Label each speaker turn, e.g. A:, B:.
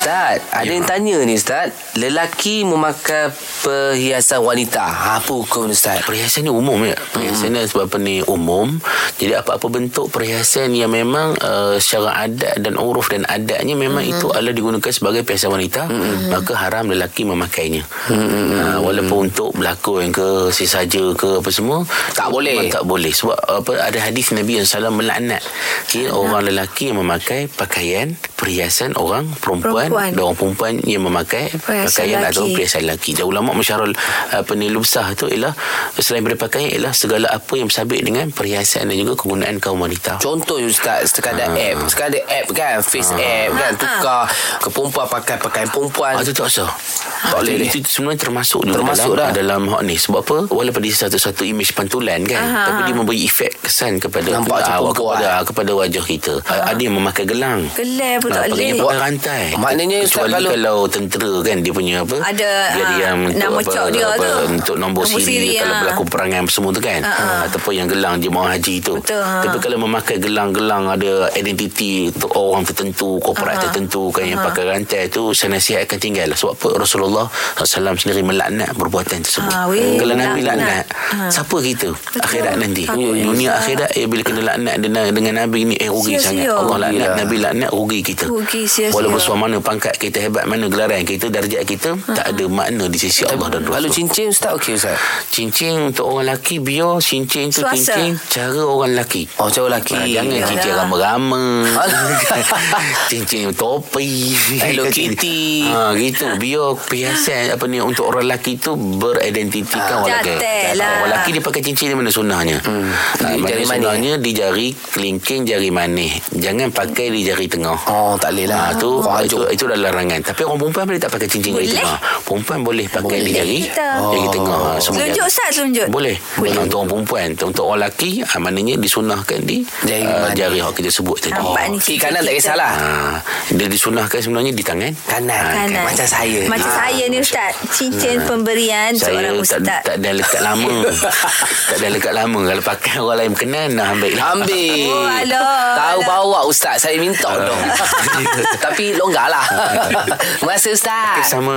A: Ustaz, ada yang tanya ni Ustaz Lelaki memakai perhiasan wanita Ha, Apa hukum ni Ustaz?
B: Perhiasan ni umum ya. Perhiasan hmm. sebab apa ni umum. Jadi apa-apa bentuk perhiasan yang memang uh, secara adat dan uruf dan adatnya memang hmm. itu adalah digunakan sebagai perhiasan wanita, hmm. maka haram lelaki memakainya. Hmm. Uh, walaupun untuk berlakon ke sesaja ke apa semua, tak
A: boleh.
B: Tak boleh sebab apa ada hadis Nabi yang salam melaknat ya, orang lelaki yang memakai pakaian perhiasan orang perempuan,
C: Perempuan.
B: perempuan. dan orang perempuan yang memakai
C: Perhiasan
B: pakaian
C: lelaki.
B: atau perhiasan lelaki. Dan ulama masyarul apa ni lubsah uh, tu ialah selain daripada pakaian ialah segala apa yang bersabit dengan perhiasan dan juga kegunaan kaum wanita.
A: Contohnya Ustaz Sekadar ha. app Sekarang ada app kan Face app
C: Ah.
A: kan Tukar ke perempuan Pakai pakaian perempuan
B: Ah, itu tak sah.
A: Tak boleh.
B: Itu, itu sebenarnya termasuk juga
A: Termasuk
B: dalam,
A: dah.
B: dalam hak ni. Sebab apa? Walaupun dia satu-satu imej pantulan kan.
C: Aha.
B: Tapi dia memberi efek kesan kepada
A: Nampak macam
B: ah,
A: perempuan.
B: kepada, kepada wajah kita. Ah, Ada yang memakai gelang.
C: Gelar pun tak
B: Ah,
C: boleh.
B: Pakai buat rantai.
A: Maknanya, Ustaz,
B: kecuali
A: kalau-
B: kalau, kalau tentera kan dia punya apa?
C: Ada,
B: gelar
C: ah,
B: yang untuk
C: nama
B: apa,
C: cok dia
B: apa,
C: tu.
B: Untuk nombor,
C: Nombor
B: nombor siri,
C: siri,
B: kalau
C: ah.
B: berlaku perangai apa semua tu kan. Ah, Ataupun yang gelang jemaah haji tu.
C: Betul, ah.
B: Tapi kalau memakai gelang-gelang ada identiti untuk orang tertentu,
C: Ah,
B: korporat tertentu kan yang pakai rantai tu saya nasihatkan tinggal sebab apa Rasulullah SAW sendiri melaknat perbuatan tersebut.
C: Ah, weh, Ah.
B: kalau Nabi
C: laknat.
B: laknat, siapa kita? Akhirat nanti.
C: Takut,
B: Dunia akhirat eh, bila kena laknat dengan, dengan Nabi ni eh rugi sangat.
C: Sia-sia.
B: Allah laknat
A: Rugilah.
B: Nabi laknat rugi kita.
C: Rugi, sia-sia.
B: Walaupun suara mana pangkat kita hebat mana gelaran kita darjat kita tak ada makna di sisi Allah dan Rasul.
A: Kalau cincin Ustaz okey Ustaz
B: Cincin untuk orang lelaki biar cincin tu
C: Suasa.
B: cincin cara orang lelaki.
A: Oh cowok lelaki
B: Ah, jangan
C: iyalah.
B: cincin rama-rama.
A: Alah.
B: cincin topi.
A: Hello Kitty.
B: Ha, gitu. Biar perhiasan apa ni untuk orang lelaki tu beridentitikan orang lelaki.
C: Jatel lah.
B: Orang lelaki dia pakai cincin di mana sunnahnya. Ah. Hmm.
A: Di jari
B: jari
A: manis.
B: sunnahnya di jari kelingking jari manis. Jangan pakai di jari tengah.
A: Oh tak boleh lah
B: Ah, tu,
A: oh,
B: itu, itu adalah larangan. Tapi orang perempuan boleh tak pakai cincin jari
C: Boleh.
B: tengah. Perempuan boleh pakai di
C: Boleh
B: jari
C: kita.
B: jari
A: Oh.
B: tengah. Ah, semua
C: Telunjuk
B: jari.
C: Ustaz, telunjuk.
B: Boleh. Boleh. Untuk orang perempuan. Untuk orang lelaki, ah, maknanya disunahkan di
A: Jari
B: jari, uh,
A: manis.
B: jari yang kita sebut tadi.
C: Nampak ni
A: Kiri kanan tak
C: kita.
A: kisahlah
B: Ah, dia disunahkan sebenarnya di tangan. Ah,
A: Kanan,
C: Kanan.
A: Kan, Macam saya
C: eh. Macam
A: Ah.
C: saya ni Ustaz Cincin pemberian
B: Saya
C: seorang
B: tak,
C: Ustaz
B: tak ada lekat lama Tak ada lekat lama Kalau pakai orang lain berkenan Nah ambil lah
A: Ambil
C: Oh, alah,
A: Tahu
C: alah.
A: bawa Ah. Ustaz Saya minta dong Tapi longgar lah Masa Ustaz
B: Sama